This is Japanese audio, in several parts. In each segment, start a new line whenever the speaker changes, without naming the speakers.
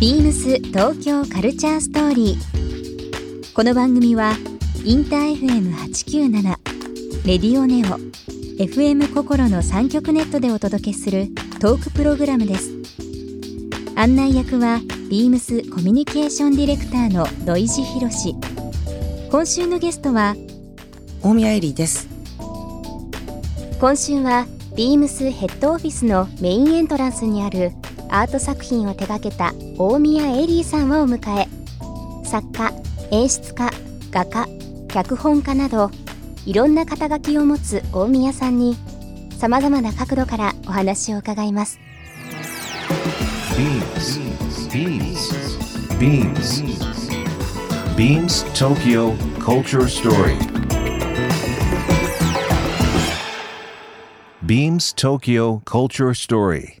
ビームス東京カルチャーストーリー。この番組はインター FM897 レディオネオ FM 心の三極ネットでお届けするトークプログラムです。案内役はビームスコミュニケーションディレクターの土井博志。今週のゲストは
大宮エリーです。
今週はビームスヘッドオフィスのメインエントランスにあるアート作品を手掛けた大宮エリーさんをお迎え作家演出家画家脚本家などいろんな肩書きを持つ大宮さんにさまざまな角度からお話を伺います
「BeamsBeamsBeamsTokyo Culture Story」Beams Tokyo Culture Story.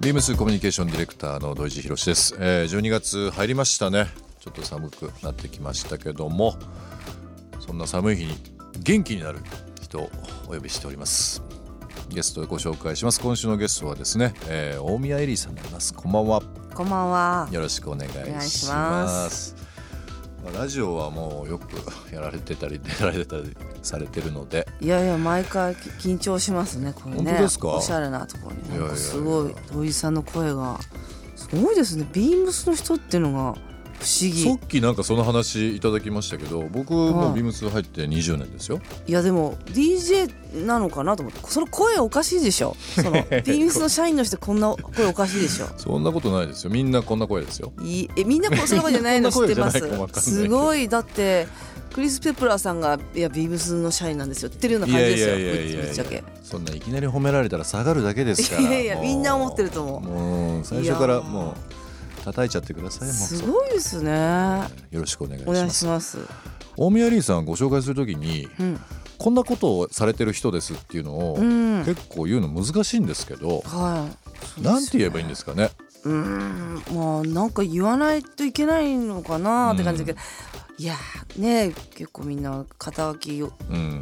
ビームスコミュニケーションディレクターの土井博史です、えー、12月入りましたねちょっと寒くなってきましたけどもそんな寒い日に元気になる人をお呼びしておりますゲストをご紹介します今週のゲストはですね、えー、大宮エリーさんになりますこんばんは
こんばんは
よろしくお願いしますラジオはもうよくやられてたり出られてたりされてるので
いやいや毎回緊張しますねこれね
本当ですか
おしゃれなところになんかすごい土井さんの声がすごいですねビームスの人っていうのが不思議
さっきなんかその話いただきましたけど僕もビームス入って20年ですよ
いやでも DJ なのかなと思ってその声おかしいでしょそ のビームスの社員の人こんな声おかしいでしょ
そんなことないですよみんなこんな声ですよ
いえみんな こんな声じゃないの知ってますすごいだってクリス・ペプラーさんが「いやビームスの社員なんですよ」言ってるような感じですよぶっちゃけ
そんないきなり褒められたら下がるだけですからい
やいやみんな思ってると思う
もう最初からもう叩いちゃってください
すごいですねよ
ろしくお願い
します
大宮リーさんご紹介するときに、うん、こんなことをされてる人ですっていうのを、うん、結構言うの難しいんですけど、はい、ね、なんて言えばいいんですかね
うんまあなんか言わないといけないのかなって感じだけど、うんいやね結構みんな肩書きを,、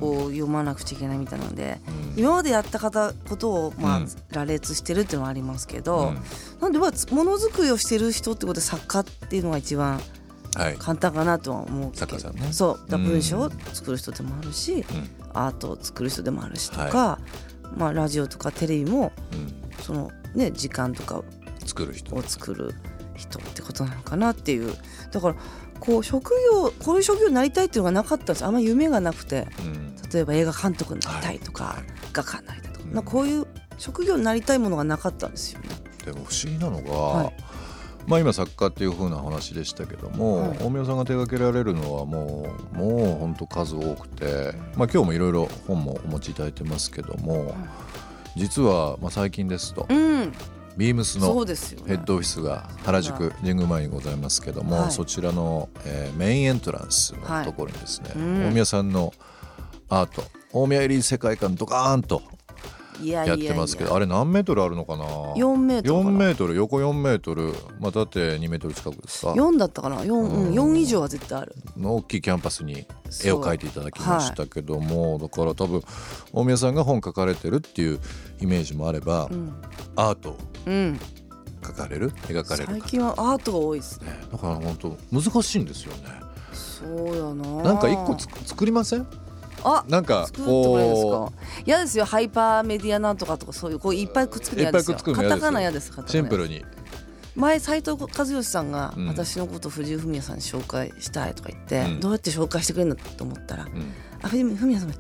読まなくちゃいけないみたいなので、うん、今までやった方ことを、まあ、うん、羅列してるっていうのはありますけど、うん、なんでまあものづくりをしてる人ってことで作家っていうのが一番簡単かなとは思うけど、
はいね、
そうだ文章を作る人でもあるし、アートを作る人でもあるしとか、はい、まあ、ラジオとかテレビも、そのね、時間とかを
作る人
を作る人ってことなのかなっていうだからこう職業こういう職業になりたいっていうのがなかったんですあんま夢がなくて、うん、例えば映画監督になりたいとか、はい、画家になりたいとか,うん、かこういう職業になりたいものがなかったんですよね。
でも不思議なのが、はい、まあ、今作家っていうふうな話でしたけども、はい、大宮さんが手がけられるのはもうもう本当数多くて、まあ、今日もいろいろ本もお持ちいただいてますけども、実はまあ最近ですと。うんビームスのヘッドオフィスが原宿神宮前にございますけども、そちらの、えー、メインエントランスのところにですね、大宮さんのアート大宮エリー世界観ドカーンとやってますけどあれ何メートルあるのかな
4メートル4
メートル横4メートル、まあ、縦2メートル近くですか
4だったかな 4,、うん、4以上は絶対ある
の大きいキャンパスに絵を描いていただきましたけども、だから多分大宮さんが本書かれてるっていうイメージもあれば、アートうん、描かれる描かれる
最近はアートが多いですね、ね、
だから本当難しいんですよね
そうやな
なんか一個つ作りません
あ
なんか
こう嫌ですよハイパーメディアなんとかとかそういうこういっぱいくっつくの嫌ですよカタカナ嫌です
シンプルに
前斉藤和義さんが私のこと藤井フミヤさんに紹介したいとか言って、うん、どうやって紹介してくれるんだと思ったら、うん、あフミヤさんエ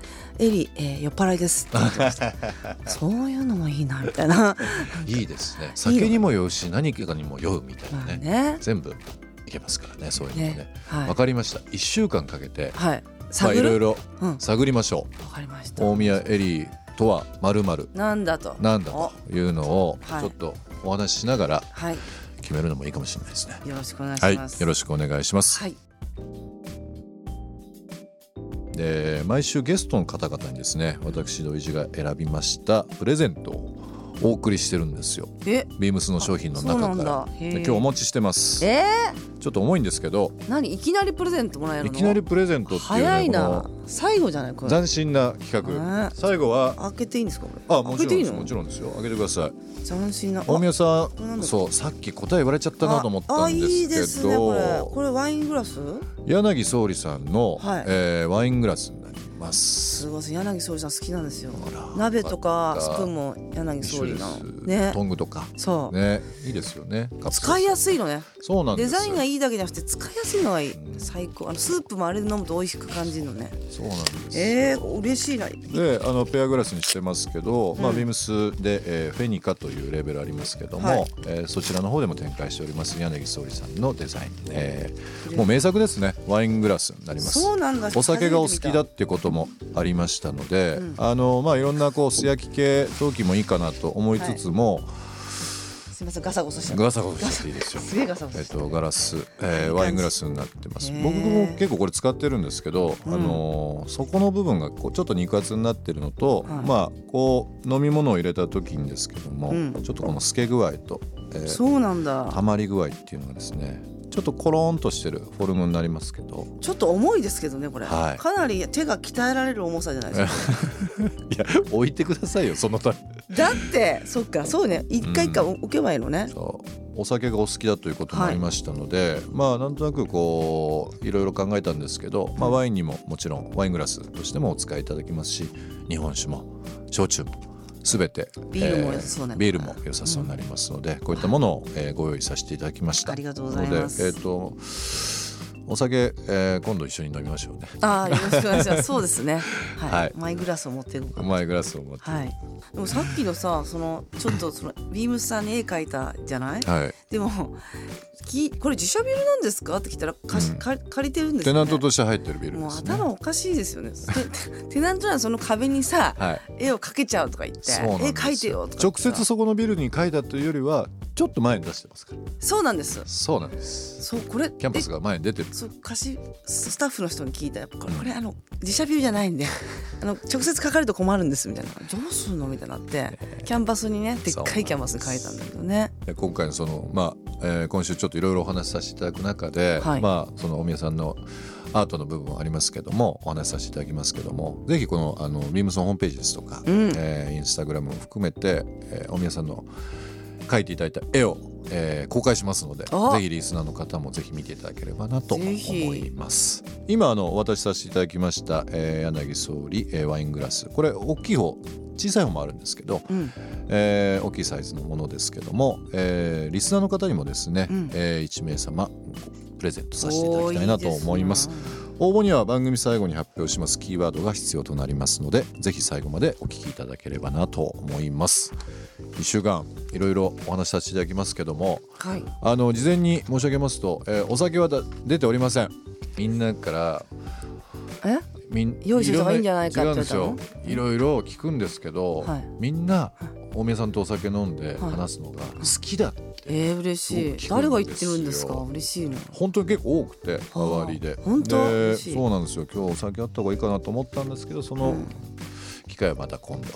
リ、えー、酔っ払いです」って言ってましたそういうのもいいなみたいな
いいですね酒にも酔うし何かにも酔うみたいなね,ね、全部いけますからねそういうのもねね、はい、分かりました1週間かけて、はいまあ、いろいろ探りましょ
う、うん、かりました
大宮エリーとはまる
なんだと
なんだというのをちょっとお話ししながら、はい、決めるのもいいかもしれないですね。
よろしくお願い
はい、
し
よ
ます。
ろしくお願いします。
はい。
で毎週ゲストの方々にですね私土井地が選びましたプレゼントをお送りしてるんですよ
え、
ビームスの商品の中
あそうなん
か
だ
ら
へ
で
ー
今日お持ちしてます
え
ちょっと重いんですけど
ー、何いきなりプレゼントもらえる
い
の？
きなりプレゼントっていう
早
ね
い
こ
な
の。
最後じゃないこれ。
斬新な企画
ね
最後は
開けていいんですかこれ？
あもち
開け
ろ
て
ん
いい
です
の？
もちろんですよ開けてください
斬新な。
大宮さ
れなん
ん
だ
そうさっき答え言われちゃったなと思った
ああ
ん
いいで
です
す
け
ねこれ。こ
ど
れワイングラス？
柳総理さんの
はい
えーワイングラスになります
すごいです柳総理さん好きなんですよ
ら。
鍋とか
よ
ス
かった
プーンも柳
一
総
緒
理
で
の
す。
ね。
トングとか
そう。
ねいいですよねカプセル
使いやすいのね。
そうなんで
デ
す
ザインが
い
いいだけじゃなくて使いやすいのがいい
うん
最高あのスープもあれで飲むと美味しく感じるのね
そうなんです
えー、嬉しいな
であのペアグラスにしてますけど、まあ、
うん
ビームスで、えーフェニカというレーベルありますけども、
はい
えーそちらの方でも展開しております柳総理さんのデザイン、えーもう名作ですねワイングラスになります
そうなんだ
お酒がお好きだ
っ
ってこともありましたので、
うん
あのまあいろんなこう素焼き系陶器もいいかなと思いつつも、
すみませんガサゴソしちゃった
ガサゴソしていいですよ
すげえガサゴ
え
ソ
っ
して
と、ガラス、えーワイングラスになってます
へー
僕も結構これ使ってるんですけど、
うん
あのー底の部分がこうちょっと肉厚になってるのと、
はい
まあこう飲み物を入れた時にですけども、
うん
ちょっとこの透け具合と、えー
そうなんだ
たまり具合っていうのがですねちょっとコロンとしてるフォルムになりますけ ど
ちょっと重いですけどねこれ、
はい
かなり手が鍛えられる重さじゃないですか
いや置いてくださいよそのため
だってそっかそうね一回一回置けばいいのね、
お酒がお好きだということもありましたので、まあなんとなくこういろいろ考えたんですけど、まあ、ワインにももちろんワイングラスとしてもお使いいただきますし日本酒も焼酎も全て
ビールも良さそうな
えービールも良さそうになりますので、こういったものを、えーご用意させていただきました
ありがとうございます
なのでえっ、とお酒、えー今度一緒に飲みましょうね
ああよろしくお願い しますそうですねはい、
はい
マイグラスを持っていこうか
うまいグラスを持って
はいでもさっきのさそのちょっとそのビームスさんに絵描いたじゃない
はい
でもきこれ自社ビルなんですかって聞いたら貸し、
うん
借り借りてるんです
テ
よね
ナントとして入ってるビール
も
で
う
すね
頭おかしいですよね テテナントならその壁にさ
はい
絵を描けちゃうとか言って
そうなん
絵
です
描いてよとか言
直
って
接そこのビルに書いたというよりはちょっと前に出してますから
そうなんです
そうなんです
そうこれ
キャンパスが前に出てる
えそう貸しスタッフの人に聞いたらこれ
うん
これあの自社ビルじゃないん であの直接描かれると困るんですみたいな どうするのみたいになってキャンパスにねでっ
そうなん
か
で
い
す
キャンパスに描いたんだけどね
で今回のその、まあえー今週ちょっといろいろお話しさせていただく中で、
はい
まあ、そのお宮さんのアートの部分もありますけどもお話しさせていただきますけどもぜひこのあのビームソンホームページですとか、
うん
えーインスタグラムも含めて、えーお宮さんの描いていただいた絵を、えー公開しますので
あ
ぜひリスナーの方もぜひ見ていただければなと思
ぜひ
います今あのお渡しさせていただきました、えー柳総理、えーワイングラスこれ大きい方小さい方もあるんですけど、
うん
えー大きいサイズのものですけども、えーリスナーの方にもですね、
うん
え1名様プレゼントさせていただきたいなと思います
おーいいですね
応募には番組最後に発表しますキーワードが必要となりますのでぜひ最後までお聞きいただければなと思います1週間いろいろお話しさせていただきますけども
はい
あの事前に申し上げますと、えーお酒はだ出ておりませんみんなから
え
みん
用意した方がいいんじゃないかって
ろ
言
ん違うん
わ
で
れた
す
の
よいろいろ聞くんですけど、
はい
みんな大宮さんとお酒飲んで
はい
話すのが好きだ、
えー、嬉しい
聞くん
誰が言ってるんですか
ですよ
嬉しいの
本当に結構多くて周りで
本当
で
嬉しい
そうなんですよ今日お酒あった方がいいかなと思ったんですけどその
うん
機会はまた今度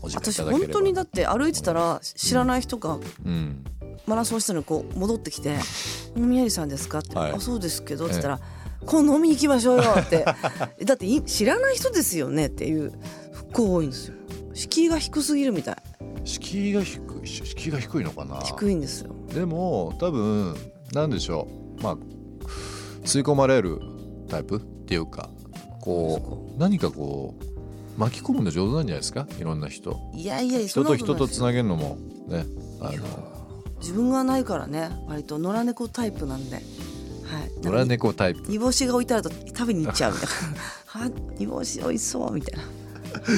お時間い
私
ただければ
本当にだって歩いてたら知らない人が
うん
マラソンしてるのにこう戻ってきて「お宮城さんですか?」って「
はい
あそうですけど」って言ったら「今度飲み行きましょうよ」って だってい知らない人ですよねっていう不幸多いんですよ敷居が低すぎるみたい
敷居が低いし敷居が低いのかな
低いんですよ
でも多分なんでしょうまあ吸い込まれるタイプっていうかこう何かこう巻き込むの上手なんじゃないですかいろんな人
いやいやそ
人
んな
と
こ
人
とない
と
で
つ
すよ
なげるのもねあの
自分がないからね割と野良猫タイプなんで、はい、
野良猫タイプ
煮干しが置いてあると食べに行っちゃうみたいな は煮干し美味しそうみたいな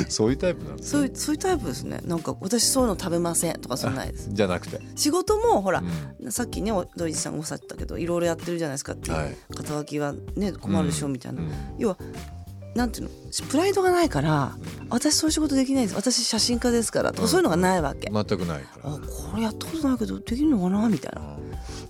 そういうタイプなんです
そういうそういうタイプですねなんか私そういうの食べませんとかそういうのないです
じゃなくて、
仕事もほら
う、ん
さっきねお土井さんがおっしゃったけどいろいろやってるじゃないですかって、
はい
肩書きはね困るでしょみたいな、
うん
要はなんていうのプライドがないから私そういう仕事できないんです私写真家ですからとか、そういうのがないわけ、
全くないから
あこれやったことないけどできるのかなみたいな、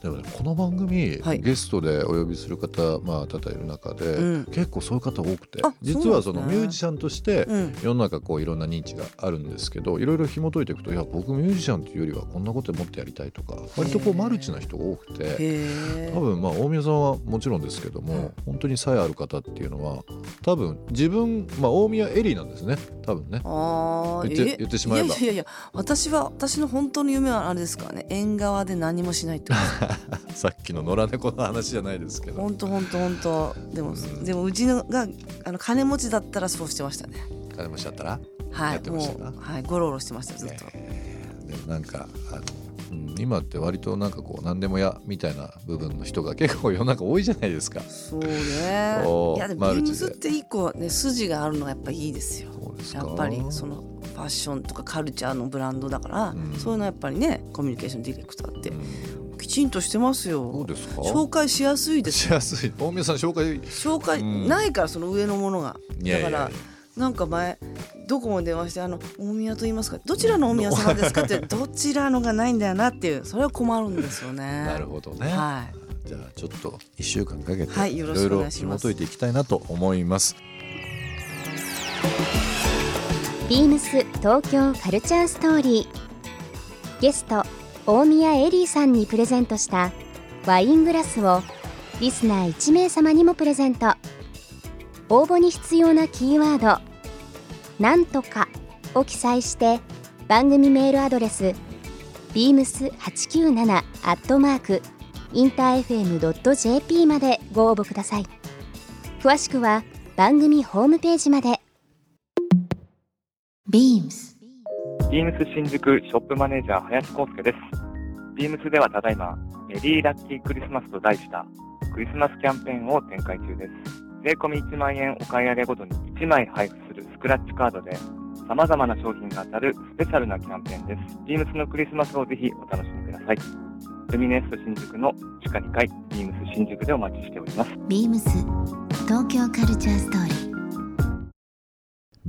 でもねこの番組、
はい
ゲストでお呼びする方、まあ、多々いる中で、
うん
結構そういう方多くて
あ
実はそ
そ
う
な
の
んですね
ミュージシャンとして、
うん
世の中こういろんな認知があるんですけどいろいろ紐解いていくといや僕ミュージシャンというよりはこんなこともっとやりたいとか割とこうマルチな人が多くて
へえ
多分まあ大宮さんはもちろんですけども本当にさえある方っていうのは多分自分、まあ、大宮エリーなんですね多分ね。
あー
言って
え
言ってしまえば
いやいやいや私は私の本当の夢はあれですからね縁側で何もしないってこと です
さっきの野良猫の話じゃないですけど
本当本当本当でも、
うん
でもうちのがあの金持ちだったらそうしてましたね
金持ちだったら
は
やっ
い
てま
も
したか
うはいゴロゴロしてましたずっと、
でもなんかあのうん今って割となんかこう何でもやみたいな部分の人が結構世の中多いじゃないですか。
そうね
そう
いやでも
マル
ビーム
チ
ス
で
って一個ね筋があるのがやっぱいいですよ
そうですか
やっぱりそのファッションとかカルチャーのブランドだから、
うん
そういうのはやっぱりねコミュニケーションディレクターって
うん
きちんとしてます
どう
よ
ですか
紹介しやすいです
しやすい大宮さん紹介
紹介
うん
ないからその上のものが
いや
だ
いや
か
いや
らなんか前どこも電話して「あの大宮と言いますかどちらの大宮様ですか?」って「 どちらのがないんだよな」っていうそれは困るんですよね。
なるほどね、
はい
じゃあちょっと一週間かけて、
はい
い
よろ
ろ
し
い
くお願
ろ
いし
紐
ます
解いていきたいなと思います
ビームス東京カルチャーストーリーゲスト大宮エリーさんにプレゼントしたワイングラスをリスナー1名様にもプレゼント応募に必要なキーワード「なんとか」を記載して番組メールアドレス beams897-interfm.jp までご応募ください詳しくは番組ホームページまで
Beams
ビームス新宿ショップマネージャー林康介です。ビームスではただいま、メリーラッキークリスマスと題したクリスマスキャンペーンを展開中です。税込み1万円お買い上げごとに1枚配布するスクラッチカードで、様々な商品が当たるスペシャルなキャンペーンです。ビームスのクリスマスをぜひお楽しみください。ルミネスト新宿の地下2階、ビームス新宿でお待ちしております。
Beams 東京カルチャーストーリー